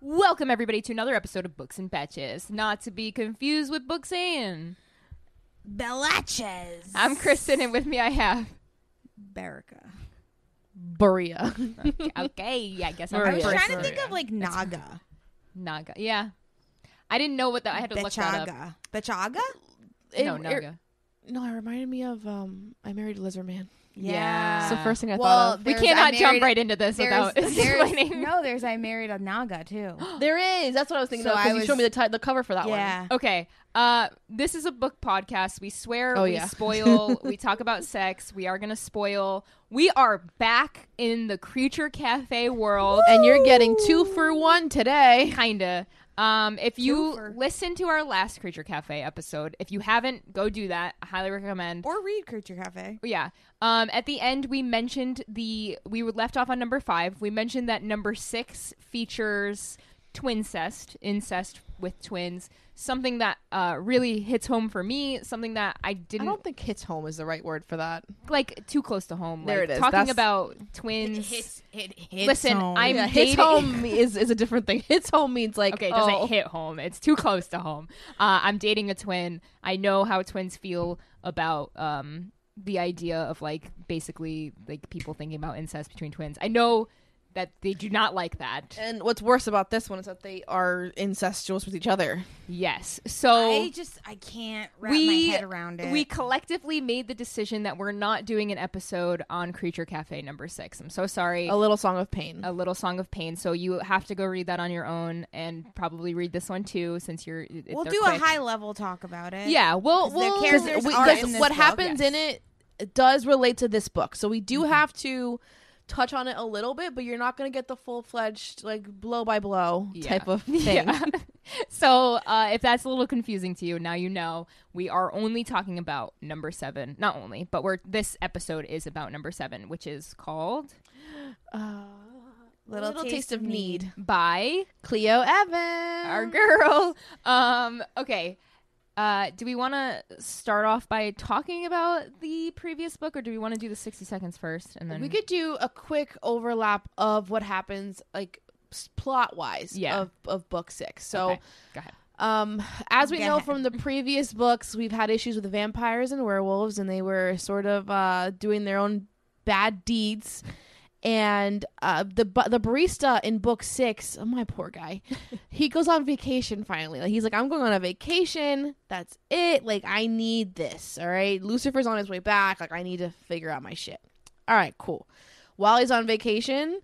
Welcome everybody to another episode of Books and Betches, not to be confused with Books and. Belaches. I'm Kristen, and with me I have Berica. Buria. okay, yeah, I guess I'm I was Buria. trying to think of like Naga. Naga. Yeah, I didn't know what that. I had to look that up. Bechaga. Bechaga? It- no, it- Naga. no, it reminded me of um, I married Lizardman. Yeah. So first thing I Well, thought of. we there's I cannot married- jump right into this There's, without there's, explaining. no, there's I married a Naga too. There is. That's what I was thinking So of 'cause I you showed was- me the ti- the cover for that yeah. Okay. Uh, this is a book podcast. We swear Oh, we yeah. spoil. we talk about sex. We are gonna spoil. We are back in the creature cafe world. one. And you're getting two for one today. kinda. Um, if you Twofer. listen to our last creature cafe episode, if you haven't, go do that. I highly recommend. Or read Creature Cafe. Yeah. Um, at the end, we mentioned the we were left off on number five. We mentioned that number six features twincest, incest with twins. Something that uh, really hits home for me. Something that I I didn't don't think hits home is the right word for that. like too close to home. There like, it is. Talking That's- about twins. it Listen, I'm Yeah, dating. hits home is, is a different thing. Hits home means like Okay, it doesn't oh, hit home. It's too close to home. Uh, I'm dating a twin. I know how twins feel about um, the idea of like basically like people thinking about incest between twins. I know that they do not like that. And what's worse about this one is that they are incestuous with each other. Yes, so I just I can't Oh. wrap we my head around it. we collectively made the decision that we're not doing an episode on Creature Cafe number six. I'm so sorry. Oh. A little song of pain. a little song of pain so you have to go read that on your own and probably read this one too since you're we'll they're do quick. a high level talk about it. yeah well 'Cause the we'll characters Because we- are because in this what book, happens in yes. it it does relate to this book so we do Mm-hmm. have to touch on it a little bit but you're not going to get the full-fledged like blow by blow Yeah. type of thing Yeah. so uh, if that's a little confusing to you, now you know we are only talking about number seven. Not only, but we're this episode is about number seven, which is called Uh, Little Taste of Need. by cleo evans our girl. Um, okay. Uh, do we want to start off by talking about the previous book, or do we want to do the sixty seconds first, and then we could do a quick overlap of what happens like plot wise Yeah. of, of book six so Okay. go ahead. Um, as we Go know ahead. from the previous books, we've had issues with vampires and werewolves, and they were sort of uh, doing their own bad deeds. And uh, the ba- the barista in book six, oh, my poor guy, he goes on vacation finally. Like he's like, I'm going on a vacation. That's it. Like I need this. All right, Lucifer's on his way back. Like I need to figure out my shit. All right, cool. While he's on vacation,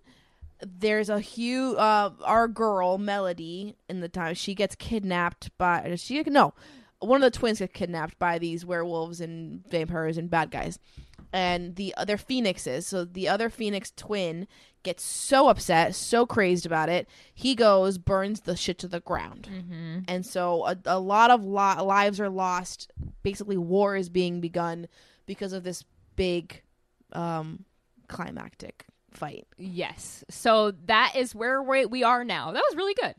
there's a huge uh our girl melody in the time she gets kidnapped by does she no one of the twins gets kidnapped by these werewolves and vampires and bad guys and the other phoenixes so the other phoenix twin gets so upset so crazed about it he goes burns the shit to the ground Mm-hmm. and so a, a lot of lo- lives are lost basically war is being begun because of this big um climactic fight Yes. So that is where we we are now. That was really good.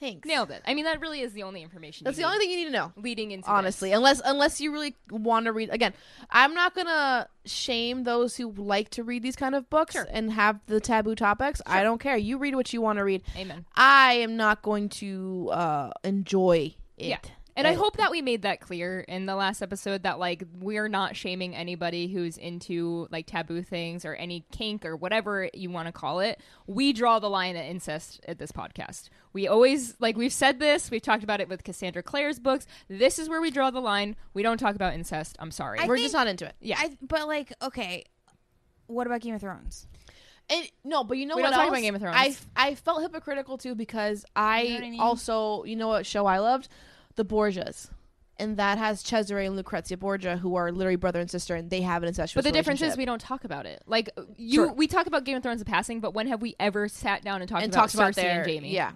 thanks Nailed it. I mean, that really is the only information. That's you the need. only thing you need to know. leading into Honestly, unless unless you really want to read again, I'm not gonna shame those who like to read these kind of books Sure. and have the taboo topics. I don't care. You read what you want to read. this. amen I am not going to uh, enjoy it. Yeah. and i Right. hope that we made that clear in the last episode that like we're not shaming anybody who's into like taboo things or any kink or whatever you want to call it we draw the line at incest at this podcast we always like we've said this we've talked about it with cassandra clare's books this is where we draw the line we don't talk about incest i'm sorry I We're think- just not into it. yeah I, but like, okay, what about Game of Thrones? And no, but you know We what don't talk about else? Game of Thrones. I f- I felt hypocritical too because I, You know what I mean? also you know what show I loved, The Borgias, and that has Cesare and Lucrezia Borgia who are literally brother and sister, and they have an incestuous. but the difference relationship. is we don't talk about it. Like uh, you, Sure. we talk about Game of Thrones in passing, but when have we ever sat down and talked and about talks about Cersei their and Jamie? Yeah.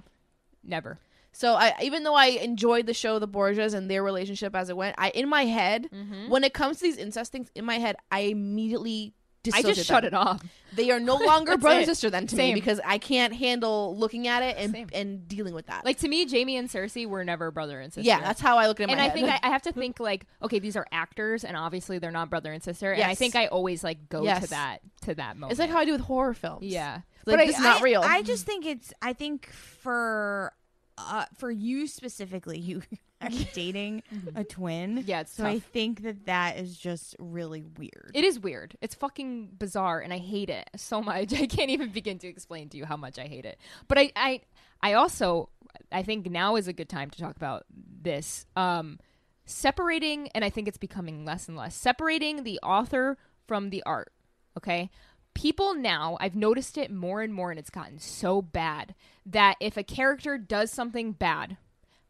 never. So I even though I enjoyed the show The Borgias and their Mm-hmm. relationship as it went, I in my head when it comes to these incest things, in my head I immediately I dissociate just shut them. it off. They are no longer That's brother and it. sister then to me Same. because I can't handle looking at it and Same. and dealing with that. Like to me, Jamie and Cersei were never brother and sister. yeah, that's how I look at it. and In my I head. think I, I have to think like, okay, these are actors, and obviously they're not brother and sister. And I Yes. think I always like go Yes. to that to that moment. it's like how I do with horror films. yeah, like, but this I, is not I- real. I just think it's. I think for, uh, for you specifically, you are dating a twin. yeah, it's So tough. I think that that is just really weird. It is weird. It's fucking bizarre, and I hate it so much. I can't even begin to explain to you how much I hate it. But I, I, I also, I think now is a good time to talk about this. Um, separating, and I think it's becoming less and less separating the author from the art. Okay. People now, I've noticed it more and more, and it's gotten so bad that if a character does something bad,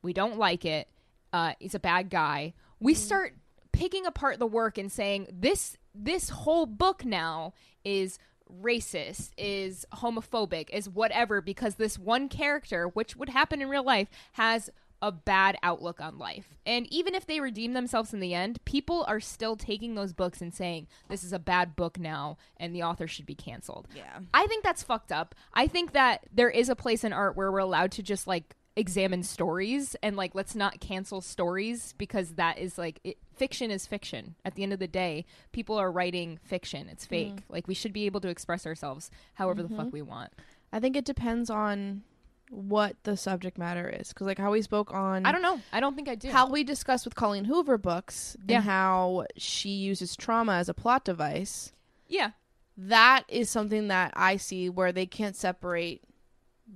we don't like it, uh, he's a bad guy, we start picking apart the work and saying this this whole book now is racist, is homophobic, is whatever because this one character, which would happen in real life, has a bad outlook on life. And even if they redeem themselves in the end, people are still taking those books and saying this is a bad book now and the author should be canceled. Yeah. I think that's fucked up. I think that there is a place in art where we're allowed to just like examine stories and like let's not cancel stories because that is like it, fiction is fiction. At the end of the day, people are writing fiction. Mm. It's fake. Like we should be able to express ourselves however the Mm-hmm. fuck we want. I think it depends on what the subject matter is because like how we spoke on I don't know. I don't think I do. how we discussed with Colleen Hoover books Yeah. and how she uses trauma as a plot device. yeah. That is something that I see where they can't separate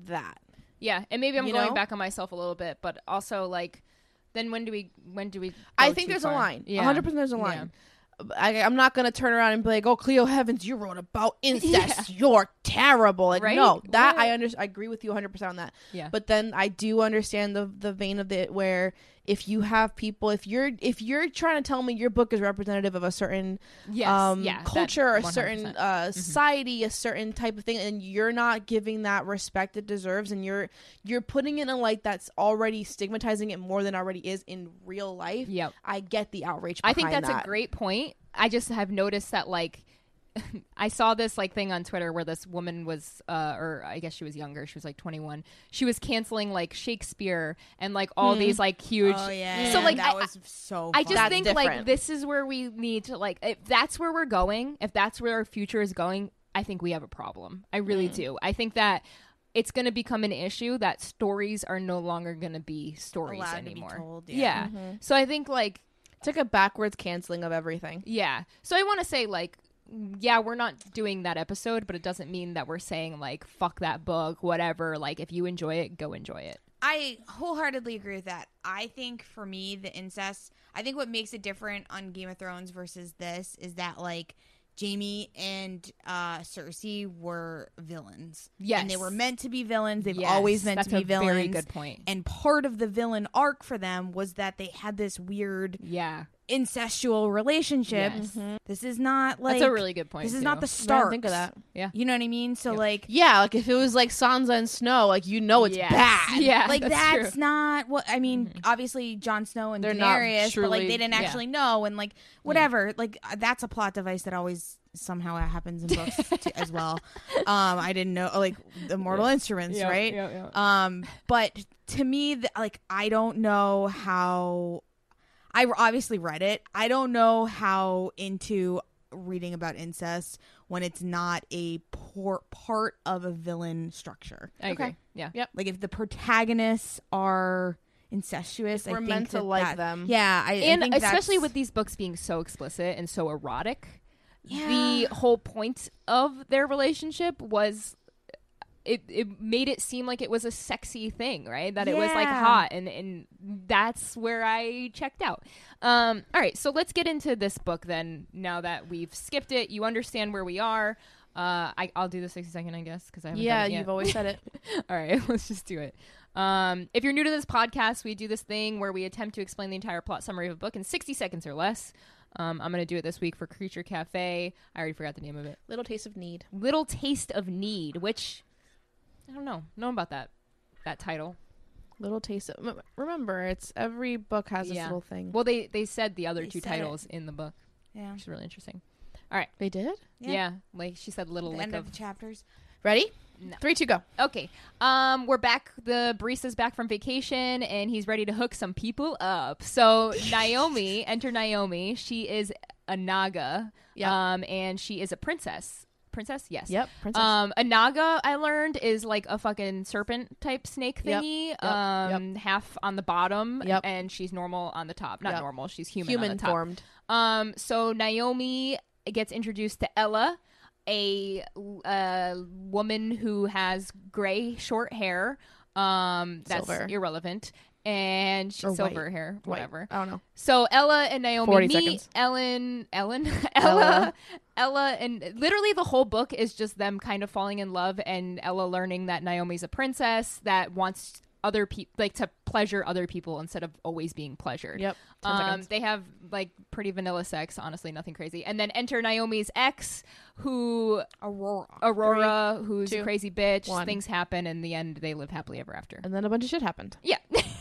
that. Oh, Yeah. And maybe I'm You going know? back on myself a little bit, but also like then when do we when do we I go think too there's a far? line. Yeah. 100% there's a line. I, I'm not going to turn around and be like, oh, Cleo Heavens, you wrote about incest. You're terrible. Like, Right? no, that I, What? under- I agree with you 100% on that. Yeah. But then I do understand the, the vein of it where if you have people, if you're if you're trying to tell me your book is representative of a certain Yes. um, yeah. that culture or a certain 100%. uh, society, a certain type of thing, and you're not giving that respect it deserves, and you're you're putting it in a light that's already stigmatizing it more than already is in real life. Yep. I get the outrage. I think behind that's that. a great point. I just have noticed that like I saw this like thing on Twitter where this woman was uh or I guess she was younger, she was like 21. She was canceling like Shakespeare and like all these like huge Oh yeah. So like I, that was so. I just Hmm. That's funny. think different. like this is where we need to like if that's where we're going, if that's where our future is going, I think we have a problem. I really Hmm. do. I think that it's going to become an issue that stories are no longer going to be stories Allowed to be anymore. told, yeah. yeah. Mm-hmm. So I think like It's like a backwards canceling of everything. yeah. So I want to say like yeah, we're not doing that episode, but it doesn't mean that we're saying like fuck that book, whatever. Like if you enjoy it, go enjoy it. I wholeheartedly agree with that. I think for me, the incest, I think what makes it different on Game of Thrones versus this is that, like, Jamie and uh, Cersei were villains. Yes. And they were meant to be villains. They've Yes, always meant to that's be a very villains. good point. And part of the villain arc for them was that they had this weird Yeah. incestual relationship. Yes. This is not Mm-hmm. like. That's a really good point. This is too. not the I Starks. didn't think of that. Yeah. You know what I mean? So, Yep. like, Yeah, like if it was like Sansa and Snow, like you know it's Yes. bad. Yeah. like that's, true. not what I mean. Obviously, Jon Snow and They're not Daenerys, but like truly- they didn't yeah. actually know, and like whatever. Like uh, that's a plot device that always somehow happens in books t- as well. Um, I didn't know like the Mortal Instruments, Yeah, right? yeah, yeah. Um, but to me, th- like I don't know how. I obviously read it. I don't know how into reading about incest when it's not a por- part of a villain structure. I agree. okay. Yeah. Like if the protagonists are incestuous, I we're think meant to that like that- them. Yeah, I, I And think especially that's- with these books being so explicit and so erotic, Yeah. the whole point of their relationship was it, it made it seem like it was a sexy thing, right? That it was like Yeah. hot and and that's where I checked out. Um all right, so let's get into this book then now that we've skipped it. You understand where we are. Uh I I'll do the 60 second I guess cuz I haven't Yeah, done it yet. you've always said it. All right, let's just do it. Um, if you're new to this podcast, we do this thing where we attempt to explain the entire plot summary of a book in 60 seconds or less. Um, I'm going to do it this week for Creature Cafe. I already forgot the name of it. Little taste of need. Little Taste of Need, which I don't know, know about that that title. Little taste of m- remember, it's every book has this Yeah. little thing. Well, they they said the other They two said it. titles in the book, yeah. which is really interesting. They did. Yeah. Yeah. like she said, little The lick end of. of the chapters. Ready? No. Three, two, go. Okay, um, we're back. The barista's back from vacation, and he's ready to hook some people up. So Naomi, enter Naomi. She is a Naga, Yep. um, and she is a princess. Princess, yes. Yep. Princess. Um, a naga I learned is like a fucking serpent type snake Yep, thingy. yep, um, half on the bottom, Yep. and she's normal on the top. Not Yep. normal. She's human. on Human the top. formed. Um, so Naomi gets introduced to Ella, a, uh woman who has gray short hair. Um, that's Silver. irrelevant, and she, Or white. silver hair, White. whatever. I don't know. So Ella and Naomi 40 meet. seconds. Ellen, Ellen, Ella, Ella. Ella, and literally the whole book is just them kind of falling in love and Ella learning that Naomi's a princess that wants other people like to pleasure other people instead of always being pleasured. Yep. Ten Um, seconds. they have like pretty vanilla sex, honestly, nothing crazy. And then enter Naomi's ex, who Aurora. Aurora, who's a two, crazy bitch. one. Things happen, in the end, they live happily ever after. And then a bunch of shit happened. Yeah,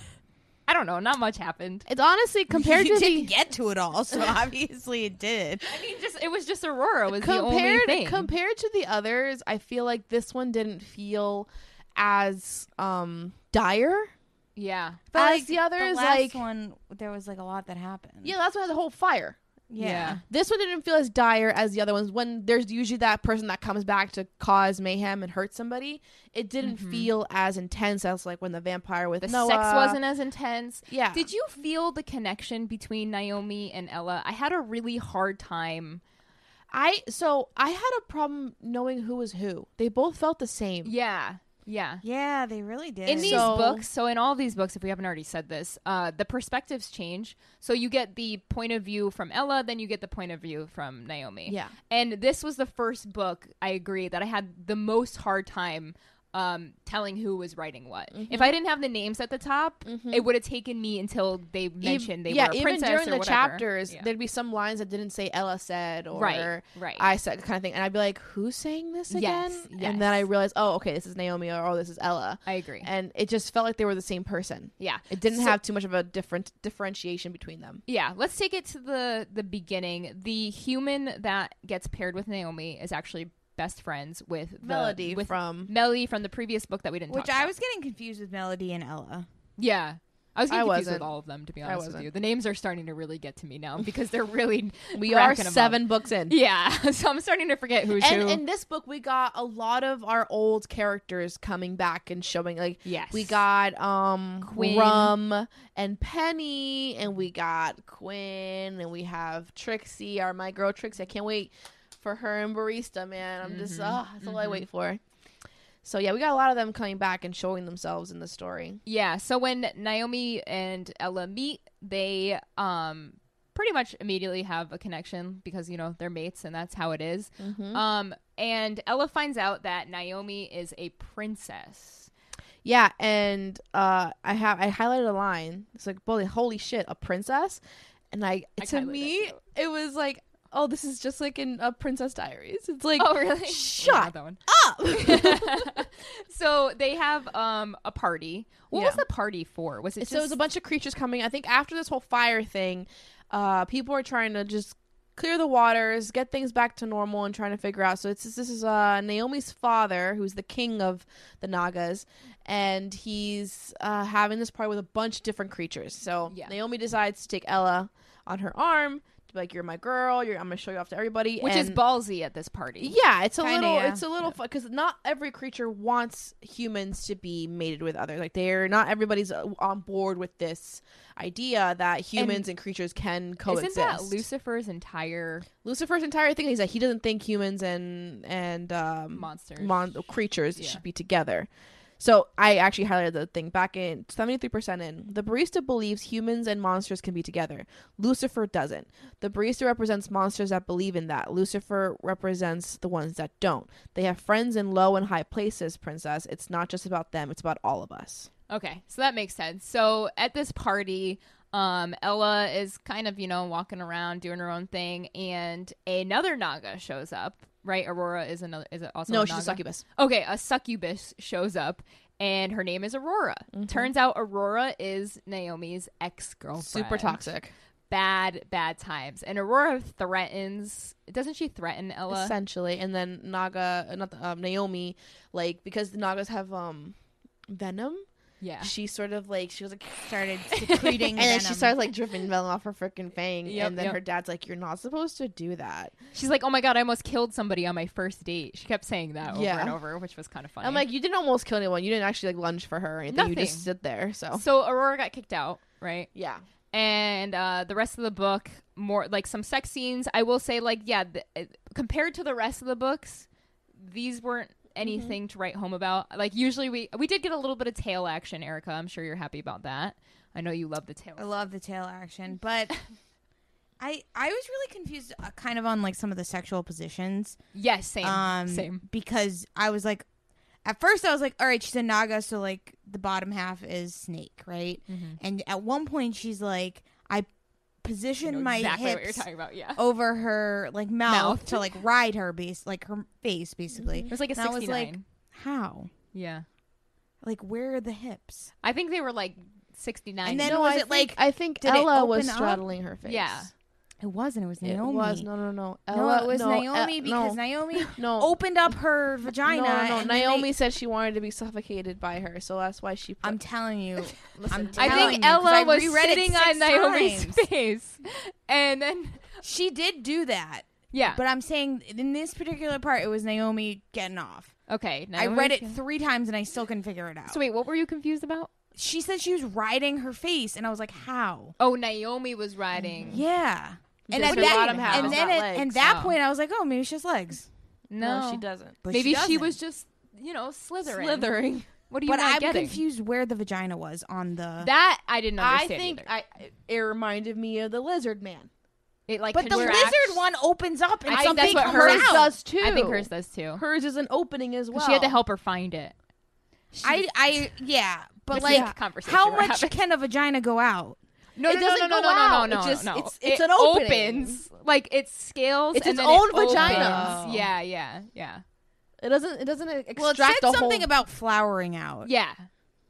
I don't know, not much happened. It's honestly compared you to didn't the get to it all, so obviously it did. I mean, just it was just Aurora was the only compared thing. compared to the others, I feel like this one didn't feel as um dire yeah, as the others. like one, there was like a lot that happened. yeah, that's why the whole fire. yeah. This one didn't feel as dire as the other ones. When there's usually that person that comes back to cause mayhem and hurt somebody, it didn't feel as intense as like when the vampire with Mm-hmm. The Noah. sex wasn't as intense. Yeah. Did you feel the connection between Naomi and Ella? I had a really hard time. I so I had a problem knowing who was who. They both felt the same. Yeah. Yeah. Yeah, they really did. in these So- books so in all these books if we haven't already said this uh, the perspectives change so you get the point of view from ella then you get the point of view from naomi Yeah. and this was the first book i agree that i had the most hard time um, telling who was writing what. Mm-hmm. If I didn't have the names at the top, it would have taken me until they mentioned they yeah, were a even princess during or the whatever. chapters, Yeah. there'd be some lines that didn't say Ella said or Right, right. I said kind of thing, and I'd be like, "Who's saying this again?" Yes, And then I yes. realized, "Oh, okay, this is Naomi or oh, this is Ella," I agree. and it just felt like they were the same person. yeah, It didn't So- have too much of a different differentiation between them. Yeah, let's take it to the the beginning. The human that gets paired with Naomi is actually best friends with the, Melody with from- Melody from the previous book that we didn't. which talk I about. was getting confused with Melody and Ella. Yeah. I was getting I confused with wasn't. all of them, to be honest with wasn't. you. The names are starting to really get to me now because they're really We are racking 'em up. seven books in. Yeah, so I'm starting to forget who's And who. in this book, we got a lot of our old characters coming back and showing. Like, Yes. we got um Quinn. Rum and Penny, and we got Quinn, and we have Trixie, our my girl Trixie. I can't wait for her and Barista, man. I'm Mm-hmm. just ah, that's all I wait for. So yeah, we got a lot of them coming back and showing themselves in the story. Yeah, so when Naomi and Ella meet, they um pretty much immediately have a connection because you know they're mates and that's how it is. Mm-hmm. Um and Ella finds out that Naomi is a princess. Yeah, and uh, I have I highlighted a line. It's like, holy, holy shit, a princess, and I, I to highlighted me that too. it was like, oh, this is just like in uh, Princess Diaries. It's like, Oh really? Oh, Shut that one. up. so they have um a party. What was Yeah. the party for? Was it just so it was a bunch of creatures coming. I think after this whole fire thing, uh, people are trying to just clear the waters, get things back to normal, and trying to figure out. So it's this is uh, Naomi's father, who's the king of the Nagas, and he's uh, having this party with a bunch of different creatures. So Yeah. Naomi decides to take Ella on her arm. To be like you're my girl. You're, I'm gonna show you off to everybody. which is and- ballsy at this party. Yeah, it's a Kinda, little, yeah. it's a little, because not every creature wants humans to be mated with others. Like they're not everybody's uh, on board with this idea that humans and, creatures can coexist. Isn't that Lucifer's entire Lucifer's entire thing is that he doesn't think humans and and um, monster? mon- creatures Yeah. should be together. So I actually highlighted the thing back in seventy three percent in. The barista believes humans and monsters can be together. Lucifer doesn't. The barista represents monsters that believe in that. Lucifer represents the ones that don't. They have friends in low and high places, princess. It's not just about them, it's about all of us. Okay, so that makes sense. So at this party, um, Ella is kind of, you know, walking around doing her own thing, and another Naga shows up. Right, Aurora is another. Is it also no, a she's a Naga? succubus. Okay, a succubus shows up, and her Mm-hmm. name is Aurora. Turns out Aurora is Naomi's ex girlfriend. Super toxic. bad, bad times. And Aurora threatens. Doesn't she threaten Ella? essentially. And then Naga, uh, not the, um, Naomi, like because the Nagas have um venom, yeah. she sort of like she was like, started secreting and then she venom. starts like dripping venom off her freaking fang, Yep, and then yep. her dad's like, "You're not supposed to do that." She's like, oh my god, I almost killed somebody on my first date. She kept saying that over Yeah. and over, which was kind of funny. I'm like, "You didn't almost kill anyone. You didn't actually like lunge for her or anything. You Nothing. just stood there." So so Aurora got kicked out, right? yeah, and uh, the rest of the book more like some sex scenes i will say like yeah th- uh, compared to the rest of the books these weren't Mm-hmm. anything to write home about like usually we we did get a little bit of tail action erica i'm sure you're happy about that i know you love the tail I love the tail action, but I I was really confused, uh, kind of on like some of the sexual positions. yes same um, same because I was like, at first I was like, all right, she's a naga, so like the bottom half is snake, right? Mm-hmm. And at one point she's like, I I positioned know my exactly what you're hips talking about yeah over her like mouth, Mouth. to like ride her base, like her face, basically. it was like a And I 69 was like, how? yeah Like where are the hips? i think they were like 69 And then No, was I it, think- like, I think did it Ella was open up? straddling her face. Yeah. It wasn't. It was it Naomi. was no, no, no. No, Ella it was no, Naomi uh, because no, Naomi no. opened up her vagina. No, no, no. and then Naomi they- said she wanted to be suffocated by her, so that's why she. Put, I'm telling you. I'm Listen, I telling you, think 'cause Ella I was reread it sitting six on Naomi's times. face, and then She did do that. yeah, But I'm saying in this particular part, it was Naomi getting off. okay. I read it Naomi's- three times and I still couldn't figure it out. So wait, what were you confused about? she said she was riding her face, and I was like, how? Oh, Naomi was riding. Yeah. And Just at her that, bottom half, and it's then not at, and legs. that Oh. point, I was like, oh, maybe she has legs. No, she doesn't. But Maybe she, doesn't. was just, you know, slithering. Slithering. What are you But not I'm getting? confused where the vagina was on the. That I didn't I understand. think either. I, it reminded me of the lizard man. it like but the contracts. lizard one opens up and I think something that's what comes hers out. does too. I think hers does too. Hers is an opening as 'Cause well. She had to help her find it. I, I, yeah. But This is like, a conversation how we're much having. can a vagina go out? No, It no, doesn't no, no, no, go no, no, out. It no, just- no. it's- it's it an opening. opens. Like it scales. It's and its then it own vagina. opens. Yeah, yeah, yeah, It doesn't. It doesn't extract Well, it said the something whole. about flowering out. yeah.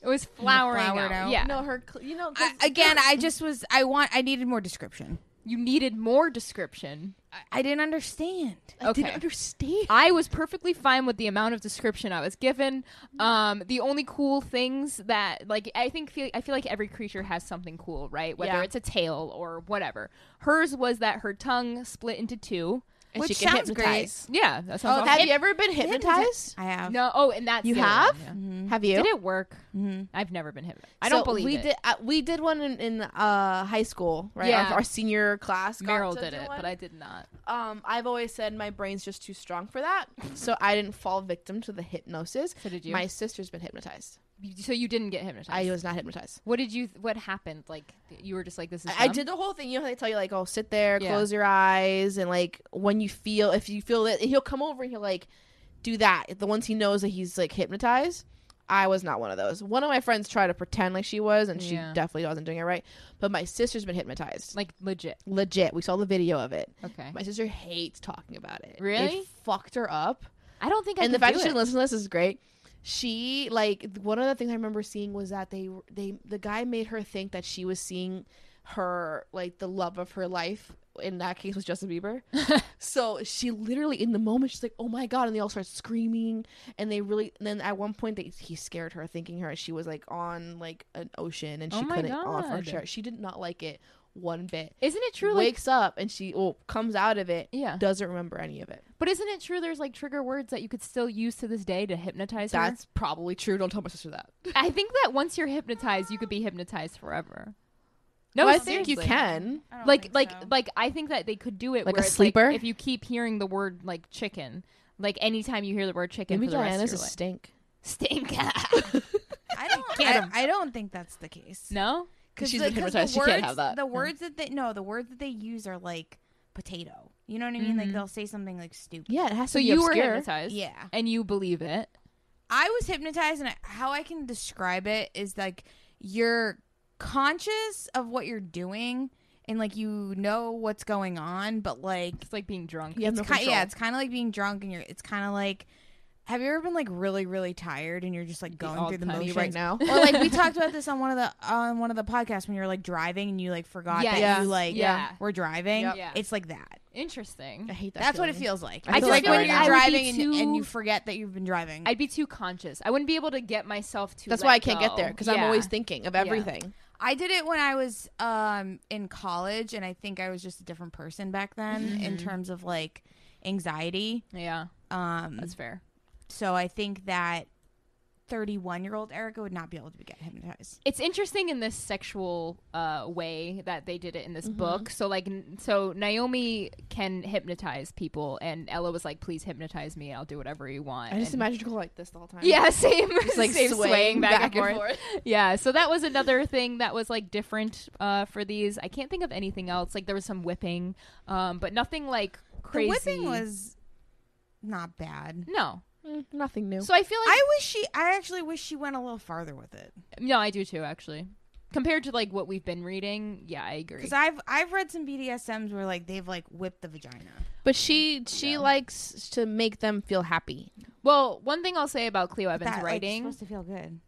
It was flowering flowered out. out. Yeah, no, her. cl- You know, 'cause- I, again, I just was. I want. I needed more description. you needed more description. I didn't understand. I didn't okay. understand. I was perfectly fine with the amount of description I was given. Um, the only cool things that, like, I think feel, I feel like every creature has something cool, right? Whether Yeah. it's a tail or whatever. Hers was that her tongue split into two. And Which she can sounds great. hypnotize. Yeah, that sounds. Have awesome. Oh, you ever been hypnotized? I have. no. Oh, and that's You the other have? one, yeah. Have you? Did it work? I've never been hypnotized. I Mm-hmm. So don't believe we it. did. Uh, we did one in, in uh, high school, right? Yeah. Our, our senior class. got Meryl to did do it, one. but I did not. um, I've always said my brain's just too strong for that, so I didn't fall victim to the hypnosis. So did you? My sister's been hypnotized. You- So you didn't get hypnotized. I was not hypnotized. what did you? What happened? Like you were just like this is. I I dumb? did the whole thing. You know how they tell you like, oh, sit there, Yeah. close your eyes, and like when you feel, if you feel it, he'll come over and he'll like do that. The ones he knows that he's like hypnotized. I was not one of those. One of my friends tried to pretend like she was, and she Yeah. definitely wasn't doing it right. But my sister's been hypnotized. like legit. Legit, we saw the video of it. Okay. My sister hates talking about it. Really? It fucked her up. I don't think I and the could fact do that she it. listens to this is great. She like th- one of the things I remember seeing was that they they the guy made her think that she was seeing her like the love of her life. In that case, was Justin Bieber. so she literally in the moment she's like, "Oh my god!" and they all start screaming. And they really. And then at one point they he scared her, thinking her she was like on like an ocean and she Oh my couldn't off her God. shirt. She did not like it one bit. Isn't it true? Like Wakes up and she well comes out of it. Yeah. doesn't remember any of it. But isn't it true there's like trigger words that you could still use to this day to hypnotize That's probably true. Don't tell my sister that. her? I think that once you're hypnotized, you could be hypnotized forever. No, Well, I think you seriously. can. Like, like, like, I think that they could do it Like a where it's, sleeper? if you keep hearing the word like chicken, like anytime you hear the word chicken, for the rest of your life. stink. stink. I don't. Get I, 'em. I don't think that's the case. no, because she's been hypnotized, she can't have that. The words that they no, the words that they use are like potato. You know what I mean? Mm-hmm. Like they'll say something like stupid. Yeah, it has so to be you obscure. were hypnotized, Yeah. and you believe it. I was hypnotized, and I, how I can describe it is like you're conscious of what you're doing, and like you know what's going on, but like It's like being drunk. You have it's no ki- control. yeah, it's kind of like being drunk, and you're. It's kind of like Have you ever been like really, really tired and you're just like going all through the time. motions You right now. or like we talked about this on one of the on one of the podcasts when you were like driving and you like forgot Yes. that Yeah. you like Yeah. were driving. Yep. Yeah. It's like that. Interesting. I hate that. That's what it feeling. feels like. I It's feel like like when I you're would be driving and, too- and you forget that you've been driving. I'd be too conscious. I wouldn't be able to get myself to. That's let why I can't get go. there because I'm Yeah. always thinking of everything. I did it when I was um, in college, and I think I was just a different person back then Mm-hmm. in terms of like anxiety. Yeah, Um, Mm. that's fair. so I think that 31 year old Erica would not be able to get hypnotized. it's interesting in this sexual uh, way that they did it in this Mm-hmm. book. So like, n- so Naomi can hypnotize people, and Ella was like, "Please hypnotize me. I'll do whatever you want." I just And- imagine her like this the whole time. Yeah, same. Just, like same swaying, back, and, forth. Yeah, so that was another thing that was like different uh, for these. I can't think of anything else. Like there was some whipping, um, but nothing like crazy. The whipping was not bad. no. Mm, nothing new. So I feel like I wish she. I actually wish she went a little farther with it no, I do too actually. Compared to like what we've been reading, yeah, I agree. because I've I've read some BDSM's where like they've like whipped the vagina. but she she likes to make them feel happy. well, one thing I'll say about Cleo Evans' That, like, writing. supposed to feel good.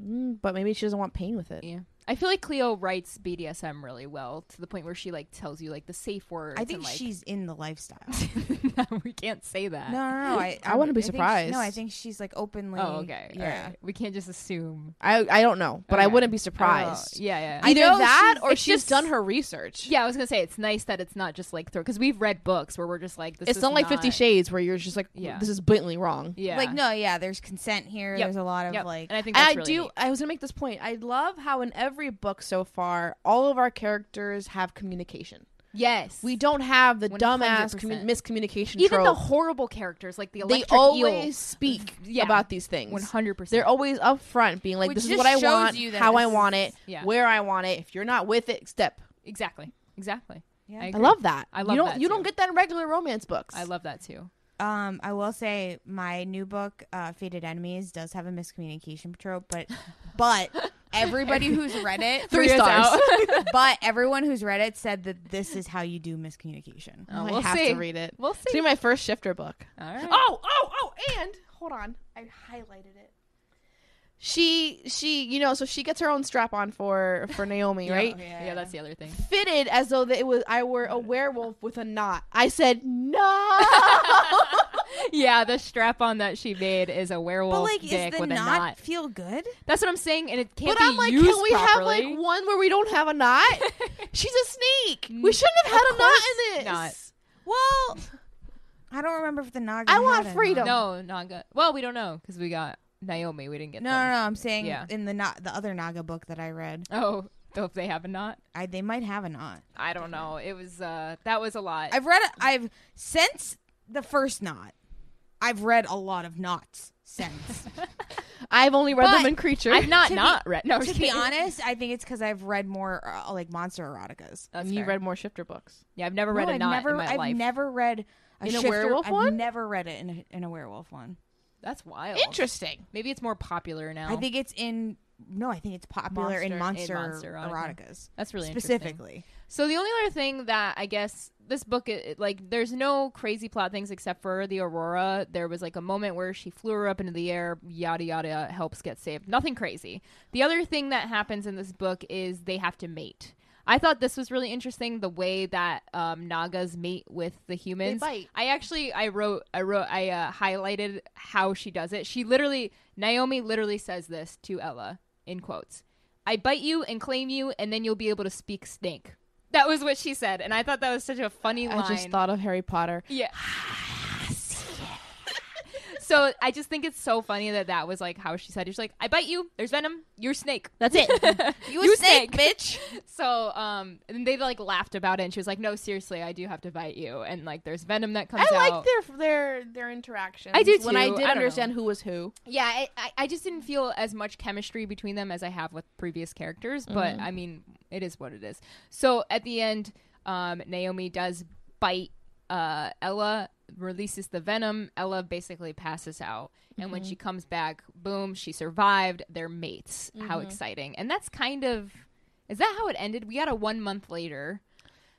Mm, but maybe she doesn't want pain with it. Yeah. I feel like Cleo writes BDSM really well to the point where she like tells you like the safe words. I and, think like- she's in the lifestyle. No, we can't say that. No, no, no. I, I wouldn't be think she- surprised. no, I think she's like openly. Oh, okay. Yeah. Yeah. We can't just assume. I I don't know, but I Okay. wouldn't be I don't know. surprised. Yeah, yeah. I Either know that she's- or it's she's just- done her research. yeah, I was gonna say it's nice that it's not just like throw because we've read books where we're just like this. it's is not like Fifty not- Shades where you're just like, Yeah. this is blatantly wrong. Yeah, Like no, yeah. There's consent here. Yep. There's a lot of Yep. like. and I think And that's I really do. neat. I was gonna make this point. I love how in every book so far, all of our characters have communication. Yes, We don't have the 100%. dumbass commu- miscommunication. even the trope. horrible characters like the they electric always eel. speak Yeah. about these things. One hundred percent. They're always upfront, being like, Which "This is just what I shows want, you that how I this want is- it, yeah. where I want it. If you're not with it, step." exactly, exactly. Yeah. I, I agree. love that. I love you don't, that You too. don't get that in regular romance books. I love that too. Um, I will say my new book, uh, Fated Enemies, does have a miscommunication trope, but but everybody who's read it, Three Three is stars. out. but everyone who's read it said that this is how you do miscommunication. Oh, I we'll have see. to read it. We'll It's see. gonna be my first shifter book. All right. Oh, oh, oh, and hold on. I highlighted it. She she you know, so she gets her own strap on for for Naomi, right? Yeah, that's the other thing. Fitted as though that it was I were a werewolf with a knot. I said no. yeah, the strap on that she made is a But werewolf like, dick is the with a knot knot. feel good? That's what I'm saying, and it can't but be I'm like, used can we properly. have like one where we don't have a knot? She's a snake. We Mm, shouldn't have had of a knot course in this. not. Well, I don't remember if the nog. I want freedom. no, Naga. Well, we don't know because we got Naomi. We didn't get No, no, them. no. I'm saying Yeah. in the not the other Naga book that I read, Oh, so if they have a knot, I, they might have a knot. I don't know. It was uh, that was a lot. I've read. I've since the first knot. I've read a lot of knots since. I've only read them But in creature. I've not to be- not read. No, I'm to just be kidding. honest, I think it's because I've read more uh, like monster eroticas. That's you fair. read more shifter books. Yeah, I've never read No, a knot I've never, in my I've life. never read a, In a shifter- werewolf I've one? never read it in a, in a werewolf one. That's wild. Interesting. Maybe it's more popular now. I think it's in no. I think it's popular in Monster- monster, in monster erotica. eroticas that's really interesting. specifically. So the only other thing that I guess this book, it, it- like, there's no crazy plot things except for the Aurora. There was like a moment where she flew her up into the air, yada yada, helps get saved. Nothing crazy. The other thing that happens in this book is they have to mate. I thought this was really interesting the way that um, Nagas mate with the humans. bite. I actually I wrote I wrote I uh, highlighted how she does it. She literally Naomi literally says this to Ella in quotes. I bite you and claim you, and then you'll be able to speak snake. That was what she said, and I thought that was such a funny line. I just thought "Ah, of Harry Potter. yeah. so I just think it's so funny that that was like how she said. it. She's like, I bite you. There's venom. You're snake. That's it. You, bitch. So um, and they like laughed about it, and she was like, No, seriously, I do have to bite you, and like there's venom that comes I out. like their their their interaction. I do When I too. did I don't understand who was who. Yeah, I, I, I just didn't feel as much chemistry between them as I have with previous characters, but I mean, it is what it is. So at the end, um, Naomi does bite uh, Ella, releases the venom. Ella basically passes out. And when she comes back, boom, she survived. They're mates. How exciting. And that's kind of. Is that how it ended? We got a one month later.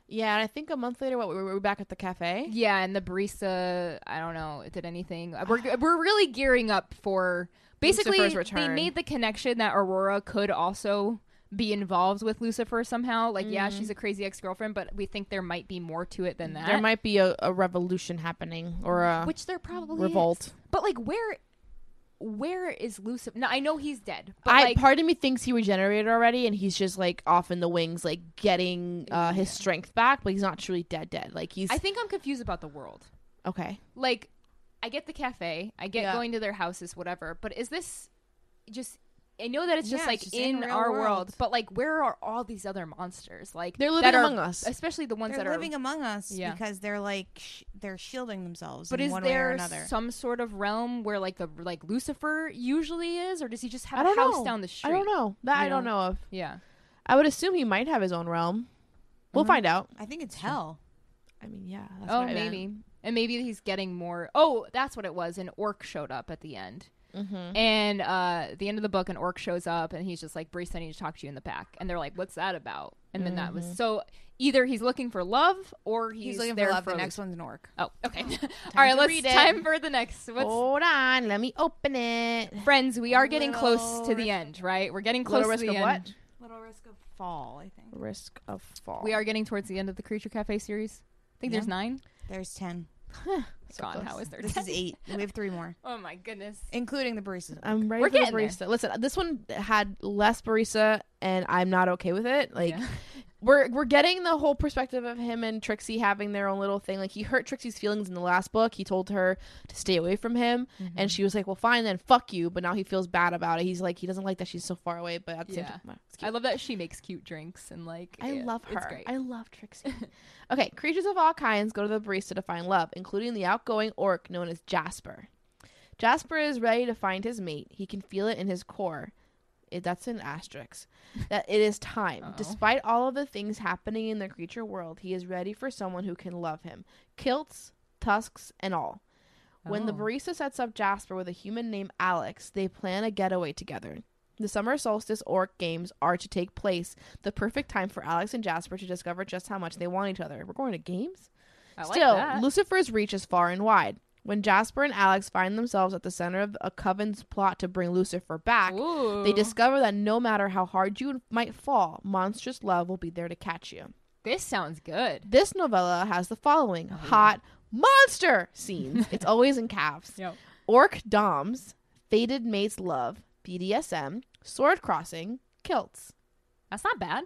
Yeah, and I think a month later, what we were, we were back at the cafe. Yeah, and the barista, I don't know, did anything. Uh, We're we're really gearing up for basically Lucifer's they return. made the connection that Aurora could also be involved with Lucifer somehow. Like, yeah, she's a crazy ex-girlfriend, but we think there might be more to it than that. Mm. There might be a, a revolution happening or a which there probably revolt. is. But like where where is Lucifer? No, I know he's dead. But I like part of me thinks he regenerated already, and he's just like off in the wings, like getting uh, his strength back, but he's not truly dead. Dead, like he's I think I'm confused about the world. okay. Like I get the cafe, I get Yeah. going to their houses, whatever, but is this just I know that it's just Yeah, like it's just in in, real our world. world. but like where are all these other monsters? Like They're that living are- among us. especially the ones They're that are living among us Yeah. because they're like sh- they're shielding themselves But in is one way or there another. some sort of realm where like the like Lucifer usually is, or does he just I have a don't house know. down the street? I don't know that. you I don't know of. Yeah, I would assume he might have his own realm. We'll Mhm. find out. I think it's hell. I mean, yeah. That's oh maybe, and maybe he's getting more. Oh, that's what it was. An orc showed up at the end, Mm-hmm. and uh, at the end of the book, an orc shows up, and he's just like, "Brees, I need to talk to you in the back," and they're like, "What's that about?" And then that Mm-hmm. was so. Either he's looking for love, or he's, He's, looking there for love. the Lu- next one's an orc. Oh, okay. All right, to let's read it. Oh, time for the next. What's Hold on, let me open it. friends? We are getting close to Little the end, right? We're getting close Little risk to the of end. what? Little risk of fall. I think Risk of fall. We are getting towards the end of the Creature Cafe series. I think there's Yeah. nine. there's ten. So God, close. how is there This ten? is eight. We have three more, Oh my goodness. including the barista. I'm ready We're for the getting there. barista. Listen, this one had less barista, and I'm not okay with it. Like, Yeah. we're we're getting the whole perspective of him and Trixie having their own little thing. Like, he hurt Trixie's feelings in the last book. He told her to stay away from him, Mm-hmm. and she was like, "Well, fine then, fuck you." But now he feels bad about it. He's like, he doesn't like that she's so far away. But at the Yeah. same time, it's cute. I love that she makes cute drinks and like I yeah, love it's her. great. I love Trixie. okay, creatures of all kinds go to the barista to find love, including the outgoing orc known as Jasper. Jasper is ready to find his mate. He can feel it in his core. It, that's an asterisk. That it is time. Uh-oh. Despite all of the things happening in the creature world, he is ready for someone who can love him. Kilts, tusks, and all. When the Oh. barista sets up Jasper with a human named Alex, they plan a getaway together. The summer solstice orc games are to take place, the perfect time for Alex and Jasper to discover just how much they want each other. We're going to games? I like Still, that. Lucifer's reach is far and wide. When Jasper and Alex find themselves at the center of a coven's plot to bring Lucifer back, Ooh. they discover that no matter how hard you might fall, monstrous love will be there to catch you. This sounds good. This novella has the following hot monster scenes. It's always in caps. Yep. Orc Doms, Faded Mates Love, BDSM, Sword Crossing, Kilts. That's not bad.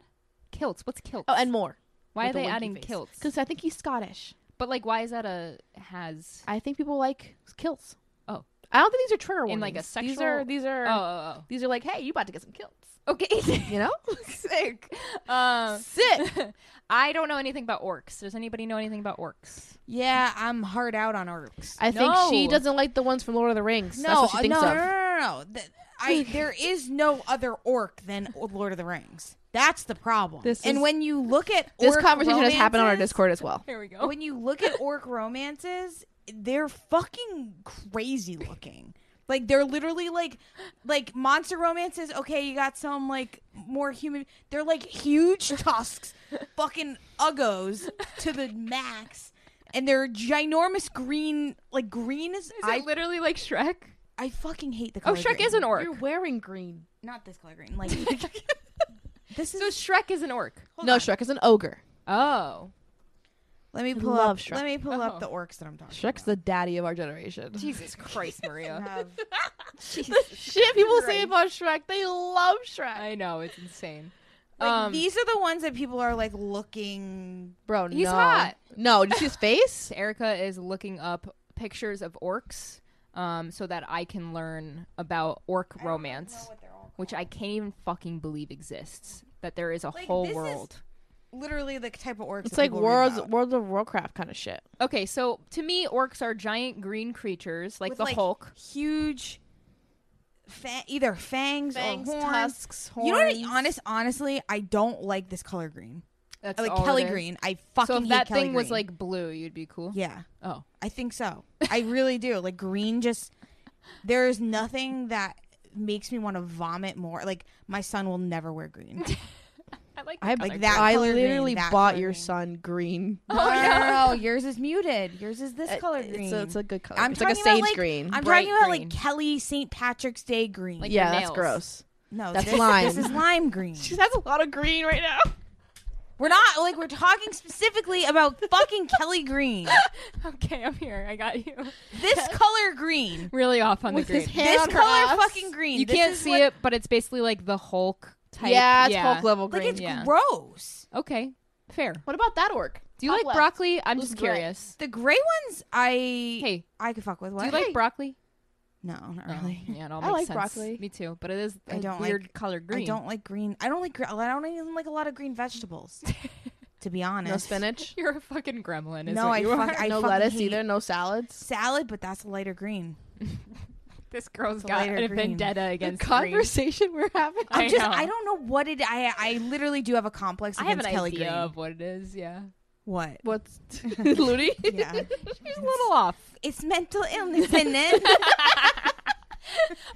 Kilts. What's kilts? Oh, and more. why are With the they winky adding face. kilts? Because I think he's Scottish. But like, why is that a has? I think people like kilts. Oh. I don't think these are trigger warnings. In, like, a These are sexual- these are Oh, oh, these are like, hey, you about to get some kilts. oh. okay. You know? Sick. Um, Sick. I don't know anything about orcs. Does anybody know anything about orcs? Yeah, I'm hard out on orcs. I think she No. doesn't like the ones from Lord of the Rings. That's no, uh, what she thinks no, no, of. no, no, no. Th- I there is no other orc than Lord of the Rings. That's the problem. This and is- when you look at This orc conversation has happened on our romances- Discord as well. Here we go. When you look at orc romances, they're fucking crazy looking. Like they're literally like like monster romances. Okay, you got some like more human. They're like huge tusks, fucking uggos to the max, and they're ginormous green. Like green is, Is I it literally like Shrek? I fucking hate the Oh, color. Shrek green. is an orc. You're wearing green. Not this color green. Like this is. So Shrek is an orc. hold no, on. Shrek is an ogre. Oh. Let me I pull love up. Shrek. Let me pull Oh. up the orcs that I'm talking. Shrek's the about. daddy of our generation. Jesus Christ, Maria. Have- Shit, people Christ. say about Shrek. They love Shrek. I know, it's insane. Like, Um, these are the ones that people are like looking. Bro, He's no. hot. No, did you see his face? Erica is looking up pictures of orcs um, so that I can learn about orc romance, which I can't even fucking believe exists. That there is a Like, whole this is- world. literally the type of orcs. It's that like people read World about. World of Warcraft kind of shit. Okay, so to me, orcs are giant green creatures like With, the like, Hulk. huge, fa- either fangs, Fangs, or horns. tusks, You know what? horns. Honest, honestly, I don't like this color green. That's I like all Kelly it is. green. I fucking So if hate that Kelly thing was green. like blue, you'd be cool. yeah, Oh, I think so. I really do. Like green just there is nothing that makes me want to vomit more. Like my son will never wear green. I like like I that Like color. that I color green, literally that bought color your green. son green. Oh, no, no, yeah. no, no, Yours is muted. Yours is this Uh, color it's a- green. It's, a good color. I'm it's like a talking about, sage like- green. I'm Bright talking about green. like Kelly St. Patrick's Day green. Like- yeah, your that's nails. gross. no, that's this, lime. This is lime green. She has a lot of green right now. We're not like we're talking specifically about fucking Kelly green. Okay, I'm here. I got you. This color green. Really off on With the green. his hand This on her color ass. fucking green. you This can't is see what- it, but it's basically like the Hulk type. Yeah, it's Hulk level Like green. it's Yeah. gross. Okay, fair. What about that orc? Do you Top like left. broccoli? I'm Looks just great. curious. The gray ones, I Hey, I could fuck with. What? do you like broccoli? no, not No. really. Yeah, it all I makes like sense. broccoli. Me too, but it is I a don't weird like- color green. I don't like green. I don't like. gre- I don't even like a lot of green vegetables. to be honest, No spinach. You're a fucking gremlin. Is No, what I you are. fuck- I no fucking lettuce hate either. No salads. salad, but that's a lighter green. This girl's It's a got lighter a green. vendetta The against green. conversation we're having. I I'm just. know. I don't know what it. I I literally do have a complex I have against an Kelly idea green. of what it is. Yeah, What? What's Ludi? Yeah, she's a little off. it's mental illness in it.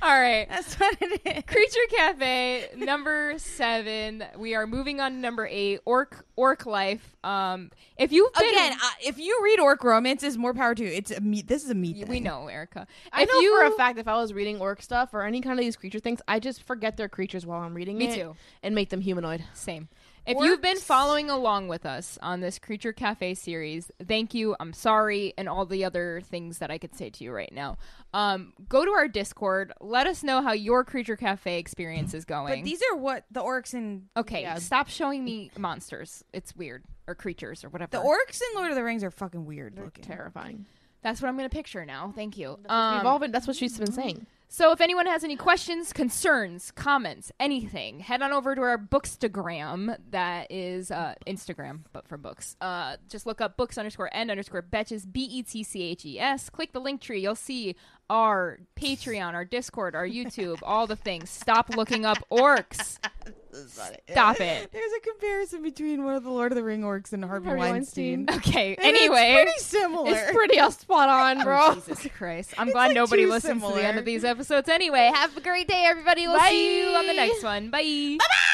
All right. That's what it is. Creature Cafe number seven. We are moving on to number eight. Orc Orc Life. Um, if you've been Again, uh, if you read orc romances, more power to you. It's a me This is a meat. we thing. know Erica. I if know you for a fact if I was reading orc stuff or any kind of these creature things, I just forget they're creatures while I'm reading me it too. and make them humanoid. Same. If you've been Orcs. following along with us on this Creature Cafe series, thank you. I'm sorry, and all the other things that I could say to you right now. Um, go to our Discord. Let us know how your Creature Cafe experience is going. But these are what the orcs and okay, Yeah. stop showing me monsters. It's weird, or creatures, or whatever. the orcs in Lord of the Rings are fucking weird looking. Terrifying. That's what I'm gonna picture now. Thank you. We've Um, all been, that's what she's been saying. So if anyone has any questions, concerns, comments, anything, head on over to our Bookstagram. That is uh, Instagram, but for books. Uh, just look up books underscore and underscore betches, E B-E-T-C-H-E-S. Click the link tree. You'll see our Patreon, our Discord, our YouTube, all the things. Stop looking up orcs. Stop it. There's a comparison between one of the Lord of the Ring orcs and Harvey, Harvey Weinstein. Weinstein. Okay, And anyway. it's pretty similar. It's pretty all spot on, bro. Oh, Jesus Christ. I'm It's glad like nobody too listens to the similar. end of these episodes anyway. Have a great day, everybody. We'll see you on the next one. Bye. Bye-bye.